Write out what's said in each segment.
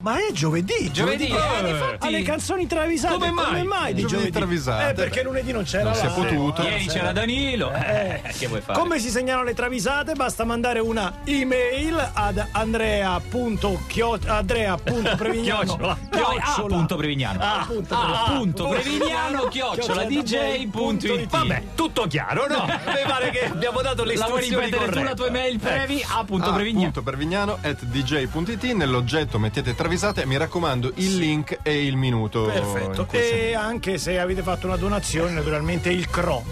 Ma è giovedì! Giovedì, eh, Ah, infatti. le canzoni travisate! Come mai? di Giovedì giovedì? travisate, Eh, perché beh. lunedì non c'era. Non si è la- potuto. eh, Ieri sì. c'era Danilo, eh, che vuoi fare? Come si segnalano le travisate? Basta mandare una email ad andrea.chio- andrea.prevignano Chiocciola. Chiocciola. Punto Prevignano. Ah, punto Prevignano. punto Prevignano, chiocciola, dj.it. Vabbè, tutto chiaro, no? Mi pare che abbiamo dato le La vuoi istruzioni ripetere tu la corrette. Eh. tua email previ a punto Ah, Prevignano. punto Prevignano at dj.it nell'oggetto mettete travisate mi raccomando il link e il minuto in Perfetto. Eh. cui E anche se avete fatto una donazione, naturalmente il CRO.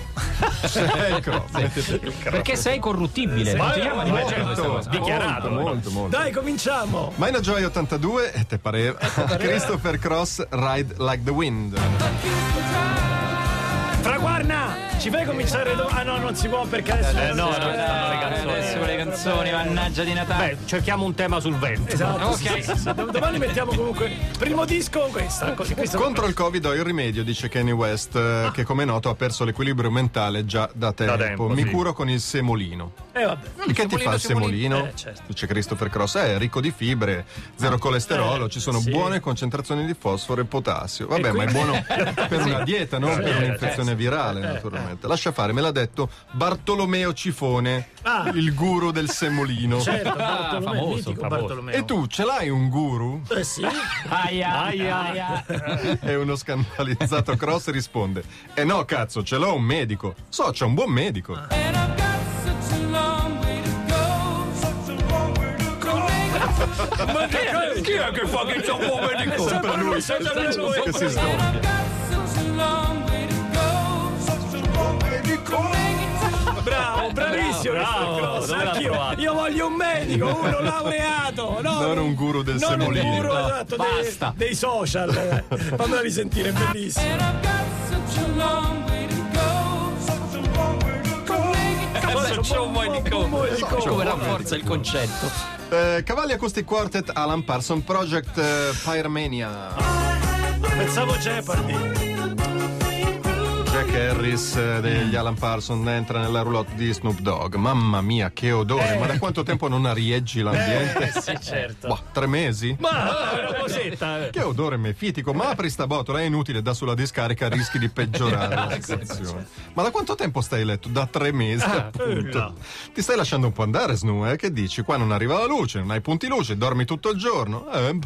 si- ecco mettete il crack. Perché sei corruttibile. Ma- Eh, Continuiamo a ma- rileggere questa Molto, cosa. dichiarato, molto allora. molto, molto. Dai, cominciamo! Mina Joy 82 e te pareva Christopher Cross Ride Like the Wind Fraguarna! Ci fai cominciare? do- ah, no, non si può perché adesso. Eh, no, no, Eh, stanno le canzoni. Adesso le canzoni, mannaggia di Natale. Beh, Eh, cerchiamo un tema sul vento. Esatto, sì, Ok. sì, sì. Do- domani mettiamo comunque primo disco questa. così, questa- contro il covid ho il rimedio dice Kanye West eh, che come noto ha perso l'equilibrio mentale già da tempo, tempo, mi sì. curo con il semolino Eh vabbè. E Mm, che ti fa il semolino? Eh, certo. Ah, Dice Christopher Cross, eh, è ricco di fibre, zero colesterolo, ci sono eh, sì. buone concentrazioni di fosforo e potassio. Vabbè, E ma è quindi- buono per una dieta, non per eh, un'infezione virale, naturalmente. Lascia fare, me l'ha detto Bartolomeo Cifone, Ah. il guru del semolino. Certo, Ah, Bartolomeo, famoso, mitico famoso. Bartolomeo. E tu ce l'hai un guru? Eh sì. Aia, Aia. aia. E uno scandalizzato Cross risponde: Eh no, cazzo, ce l'ho un medico. So, c'è un buon medico. Ah. Ma che cosa? Chi è che fa che c'è un uomo di Sempre Sempre lui, lui, sempre sempre lui. lui che si sdoppia. Bravo, bravissimo. Bravo, Mr. Cross. dove l'ha Anch'io- trovato? Io voglio un medico, uno laureato. No, Non un guru del non un semolino. guru, No, esatto, basta. dei, dei social. eh. Fammela risentire, è bellissimo. Cosa c'è un uomo di come? Come rafforza il concetto. Eh, Cavalli Acoustic Quartet Alan Parson Project eh, Pyromania Pensavo Jeopardy. Jack Harris eh, degli Alan Parson entra nella roulotte di Snoop Dogg mamma mia che odore ma da quanto tempo non arieggi l'ambiente? Sì, certo. Boh, tre mesi? Ah, Ma è una eh. cosetta. che odore mefitico ma apri sta botola è inutile da sulla discarica rischi di peggiorare la situazione ma da quanto tempo stai a letto? da tre mesi appunto no. ti stai lasciando un po' andare Snu eh? che dici qua non arriva la luce non hai punti luce dormi tutto il giorno eh,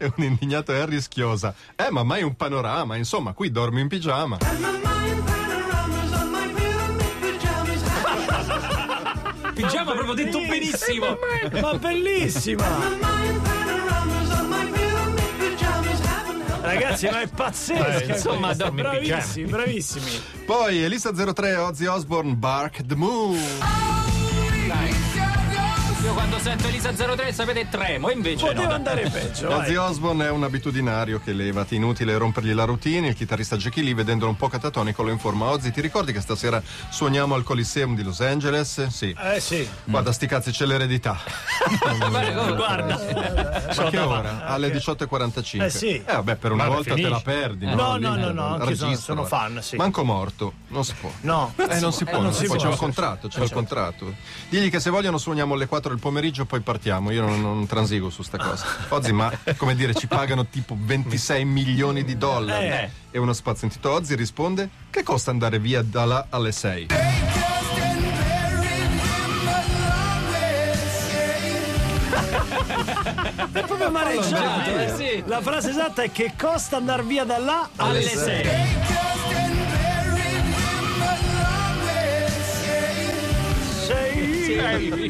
E un indignato Harry schiosa. Eh, ma mai un panorama, insomma, qui dormi in pigiama. Pigiama proprio detto benissimo. Eh, Ma bellissima! Ragazzi, ma è pazzesca! Eh, insomma, questa. dormi in pigiama. bravissimi, Eh, bravissimi. Poi Elisa03, Ozzy Osbourne, Bark the Moon. Io quando sento Elisa 03 sapete tremo, invece Poteva no. andare peggio. vai. Ozzy Osbourne è un abitudinario che levati, inutile rompergli la routine. Il chitarrista Jackie Lee, vedendolo un po' catatonico, lo informa. Ozzy, ti ricordi che stasera suoniamo al Coliseum di Los Angeles? Sì. Eh sì. Guarda, sti cazzi, c'è l'eredità. Guarda, Eh, Ma che ora? Alle 18.45. Ah, Eh, sì. vabbè, per una Vabbè, volta te la finisci. perdi. No, Lì, no, no, no, anch'io sono- registra. sono fan, sì. Manco morto, non si può. No. Eh, non si può, non non si si può, può. Certo. c'è un contratto, c'è il contratto. Digli che se vogliono suoniamo alle 4 del pomeriggio e poi partiamo. Io non, non transigo su sta cosa. Ozzy, ma come dire, ci pagano tipo 26 milioni di dollari. Eh. E uno spazientito Ozzy risponde: Che costa andare via da là alle 6? Eh, È proprio amareggiato. Eh, eh. sì. La frase esatta è che costa andare via da là alle Alle 6. 6.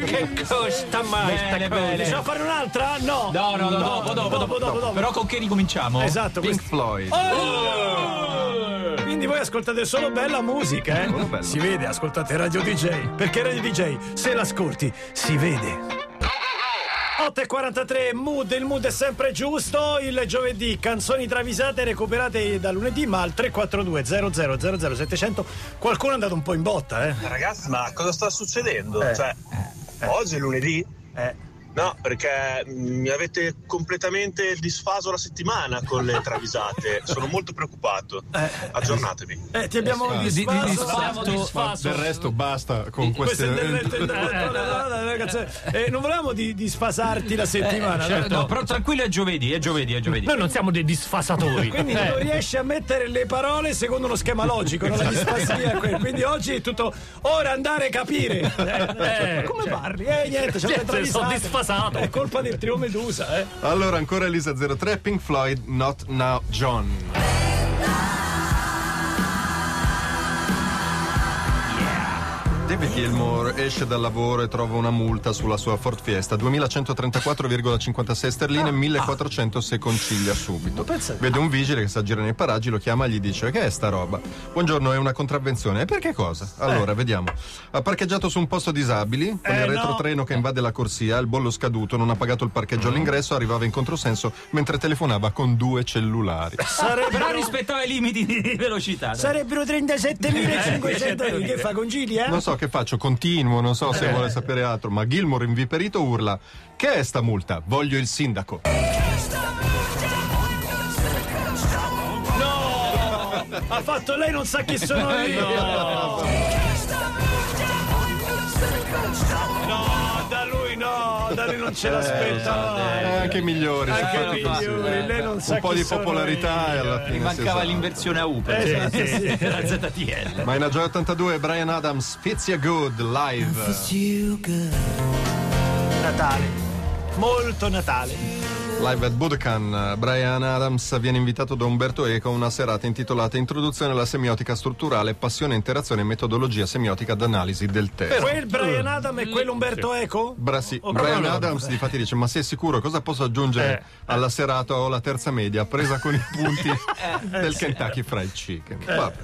Che costa mai Bene, sta bene. cosa? Possiamo Eh, diciamo fare un'altra? No. No, no, no, dopo, dopo, dopo, dopo. Però con che ricominciamo? Esatto, Pink questo. Floyd. Quindi voi ascoltate solo bella musica, eh? Solo bella. Si vede, ascoltate Radio DJ. Perché Radio DJ, se l'ascolti, si vede. 8.43, mood, il mood è sempre giusto, il giovedì canzoni travisate recuperate da lunedì, ma al 342 00 700 qualcuno è andato un po' in botta, eh? Ragazzi, ma cosa sta succedendo? Cioè, oggi è lunedì? Eh. No, perché mi avete completamente disfaso la settimana con le travisate. Sono molto preoccupato. Aggiornatevi. Eh, ti abbiamo Disfatto. Di- di- disfatto, di- siamo disfatto. Ma disfatto. del resto basta con Queste- queste... eh, Ragazzi, eh, non volevamo di, di sfasarti la settimana. no? No, però tranquillo è giovedì, è giovedì, è giovedì. Noi non siamo dei disfasatori. Quindi Eh. non riesce a mettere le parole secondo uno schema logico, non la disfasia. è quella. Quindi oggi è tutto ora andare a capire. Eh, eh, come cioè. parli? Eh, niente, c'è Niente, una travisata. sono disfasato. È colpa del triome d'usa, eh. Allora, ancora Elisa 03, Pink Floyd, Not Now John. David Gilmour esce dal lavoro e trova una multa sulla sua Ford Fiesta, 2134,56 sterline, 1400 se concilia subito. pensa- Vede un vigile che sta girando nei paraggi, lo chiama e gli dice che è sta roba? Buongiorno, è una contravvenzione. E perché cosa? Allora, vediamo. Ha parcheggiato su un posto disabili, con Eh, il no. retrotreno che invade la corsia, il bollo scaduto, non ha pagato il parcheggio Mm. all'ingresso, arrivava in controsenso mentre telefonava con due cellulari. Però Sarebbero, rispettava i limiti di velocità. dai. sarebbero 37.500 che fa concili, eh? Non so che faccio, continuo, non so se vuole sapere altro, ma Gilmore inviperito urla: Che è sta multa? Voglio il sindaco. Eh, Ha fatto lei non sa chi sono io. Eh, No, da lui no, da lui non ce Eh, l'aspettavo. anche migliori, se Eh, fate Anche così. migliori, lei non sa Un po' chi di sono popolarità e io. alla fine. si Mancava esalta. l'inversione a U Eh, per Esatto, Sì, sì, sì. la ZTL. Ma in Agioia 82 Brian Adams, Fits You Good live. Natale. Molto Natale. Live at Budokan. Brian Adams viene invitato da Umberto Eco a una serata intitolata Introduzione alla semiotica strutturale, passione, interazione e metodologia semiotica d'analisi del testo. Quel Brian Adam e quell'Umberto Eco? Bra- sì, Oh, Brian Adams di fatti dice ma sei sicuro cosa posso Eh, aggiungere alla serata o alla terza media presa con i punti Eh, del Kentucky Fried Chicken Vabbè.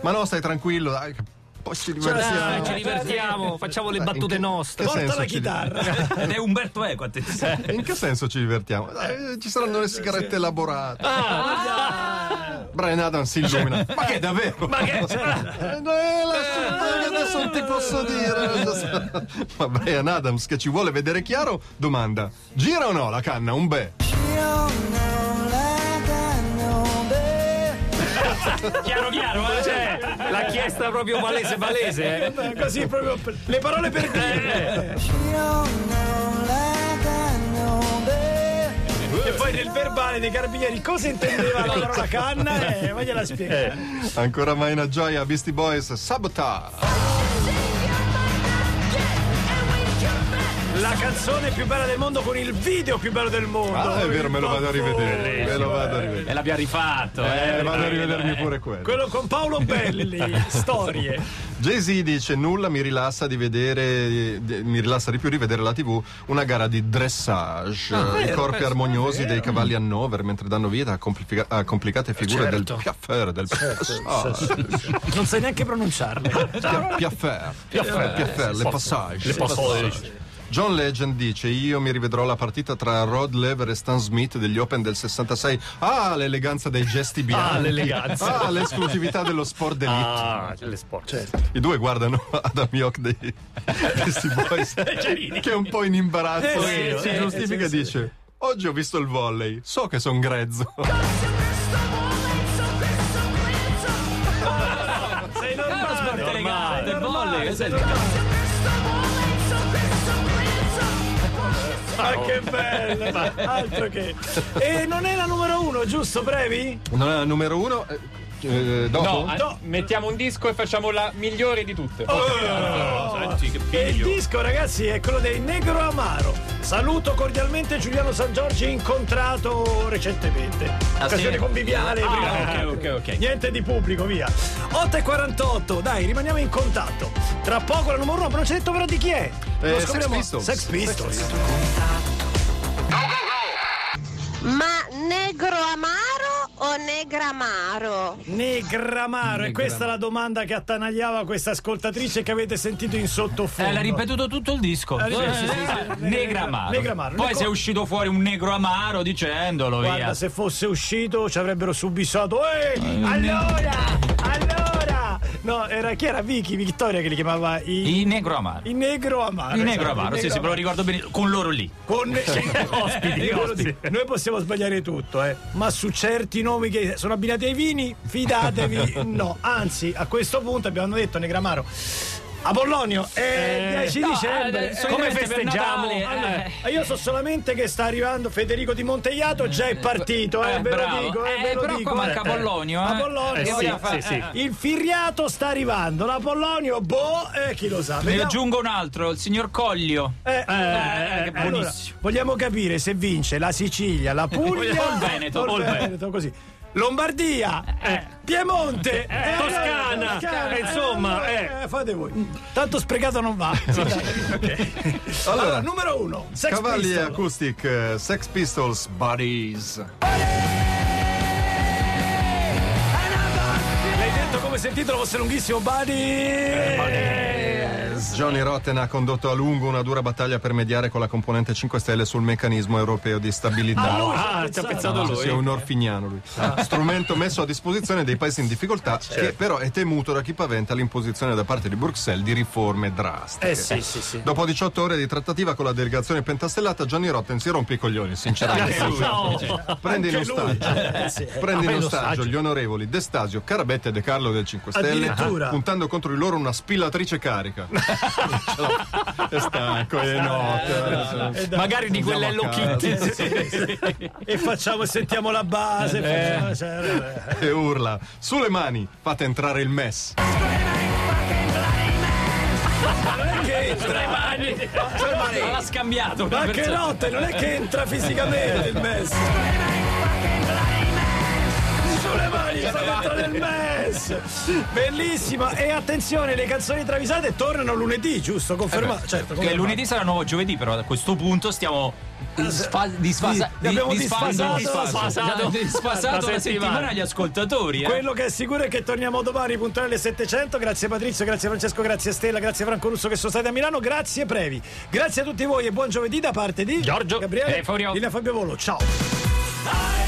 ma no stai tranquillo dai, che poi ci divertiamo Dai, Cioè, eh, ci divertiamo, facciamo le Dai, in battute che- nostre. che Porta senso la ci- chitarra. Ed è Umberto Eco, attenzione. in che senso ci divertiamo Dai, eh, ci saranno le sigarette elaborate Brian Adams si illumina ma che davvero Cioè, eh, ma che Ah. Eh, adesso non ti posso dire ma Brian Adams che ci vuole vedere chiaro domanda gira o no la canna un bel Chiaro, chiaro, eh? Cioè, l'ha chiesta proprio palese, palese. eh. Così proprio per- le parole per Eh, dire. Eh. E poi nel verbale dei carabinieri cosa intendeva la Esatto. parola canna? Eh, ma gliela spiegare. Ancora mai una gioia, Beastie Boys, Sabotage. La canzone più bella del mondo con il video più bello del mondo. Ah, è vero, me lo vado a rivedere. Me lo vado a rivedere. E l'abbiamo rifatto, Eh, eh. vado a rivedermi pure quello. Quello con Paolo Belli, storie. Jay-Z dice: Nulla mi rilassa di vedere, di- mi rilassa di più rivedere la TV. Una gara di dressage. I Ah, vero, corpi questo è armoniosi dei cavalli Hannover mentre danno vita a, complica- a complicate figure Certo. del piaffer. Del passage. Non sai neanche pronunciarle. Pia- piaffer. Eh, Piaffer, piaffer, le passage. Le passage. John Legend dice: Io mi rivedrò la partita tra Rod Lever e Stan Smith degli Open del 66. Ah, l'eleganza dei gesti bianchi. Ah, l'eleganza. Ah, l'esclusività dello sport d'elite. Ah, le sport. I due guardano Adam York dei Beastie Boys, che è un po' in imbarazzo. Cioè, Eh, sì, si eh, giustifica e dice: Oggi ho visto il volley, so che son grezzo. Sei normale. Sport elegante, normale, volley, sei sai- normale. Ma che bello. ma Altro che. E non è la numero uno, giusto, Brevi? Non è la numero uno. eh, eh, dopo? No, eh, mettiamo un disco e facciamo la migliore di tutte. E il disco, ragazzi, è quello dei Negro Amaro. Saluto cordialmente Giuliano San Giorgi, incontrato recentemente. Occasione sì? conviviale. prima- ok, ok, ok. Niente di pubblico, via. 8.48, dai, rimaniamo in contatto. Tra poco la numero uno, ma non ci hai detto però di chi è. Eh, Sex scopriamo- Pistols. Sex Pistols. Ma negro amaro o negramaro? Negramaro, e questa è la domanda che attanagliava questa ascoltatrice che avete sentito in sottofondo. Eh, l'ha ripetuto tutto il disco. Eh, sì, sì, sì, Eh, sì. Negro amaro. Ecco. Negro amaro. Poi Negro- se è uscito fuori un negro amaro dicendolo, Guarda, via. se fosse uscito ci avrebbero subissato. Ehi, allora, allora, No, era chi era Vicky, Vittoria che li chiamava i, I Negro Amaro. i negro amaro. I Negro esatto, Amaro, i sì, sì, me lo ricordo bene. Con loro lì. Con ospiti, ospiti. noi possiamo sbagliare tutto, eh, ma su certi nomi che sono abbinati ai vini, fidatevi, no. Anzi, a questo punto abbiamo detto Negramaro. Apollonio, è il 10 no, dicembre. come eh, solamente per festeggiamo? Natale, eh, Allora, Eh, io so solamente che sta arrivando Federico Di Montegliato, già è partito, eh, eh, ve lo bravo. dico. Eh, ve lo però dico, qua manca eh. Apollonio, eh. Apollonio, Eh, sì, vogliamo sì, fare- Il firriato sta arrivando, l'Apollonio, boh, eh, chi lo sa. Ne Vediamo- aggiungo un altro, il signor Coglio. eh, eh, che allora, buonissimo. vogliamo capire se vince la Sicilia, la Puglia O il Veneto, Eh, o o il Veneto, così. Lombardia, eh, Piemonte, eh, allora, Toscana, eh, insomma, eh, eh. eh, fate voi. Tanto sprecato non va. Sì, dai, ok. allora, Allora, numero uno, Sex Cavalli Pistols. Acoustic, eh, Sex Pistols, Buddies. L'hai detto come se il titolo fosse lunghissimo, Eh, Buddy. Johnny Rotten ha condotto a lungo una dura battaglia per mediare con la componente 5 Stelle sul meccanismo europeo di stabilità. Ah, ci ha pensato Sì, sì, è un orfiniano lui. Strumento messo a disposizione dei paesi in Ah, difficoltà, che certo. però è temuto da chi paventa l'imposizione da parte di Bruxelles di riforme drastiche. Eh sì, sì, sì. Dopo 18 ore di trattativa con la delegazione pentastellata, Johnny Rotten si rompe i coglioni, sinceramente. Prende in Anche lui. ostaggio, Eh, sì. prende in Ah, ostaggio gli onorevoli D'Estasio, Carabetta e De Carlo del 5 Stelle, Addirittura. puntando contro di loro una spillatrice carica. Ce l'ho. è stanco, è notte. Eh, dai. Magari di Andiamo quella a Hello casa. Kitty. E facciamo e sentiamo la base. facciamo- cioè, eh. e urla sulle mani fate entrare il mess Non è che entra. Ma l'ha scambiato. una Ma che persona. notte, non è che entra fisicamente il MES. Sulle mani sta dentro del MES. Bellissima. E attenzione, le canzoni travisate tornano lunedì, giusto? Confermato. Certo, Che confermato. lunedì sarà nuovo giovedì, però a questo punto stiamo disfa- disfasa- Eh, Sì, abbiamo di- disfa- disfasato- disfasato- disfasato la settimana agli ascoltatori. eh. Quello che è sicuro è che torniamo domani puntuale alle 700. Grazie Patrizio, grazie Francesco, grazie Stella, grazie Franco Russo che sono stati a Milano, grazie Previ. Grazie a tutti voi e buon giovedì da parte di Giorgio Gabriele e Furio. Lina Fabio Volo. Ciao.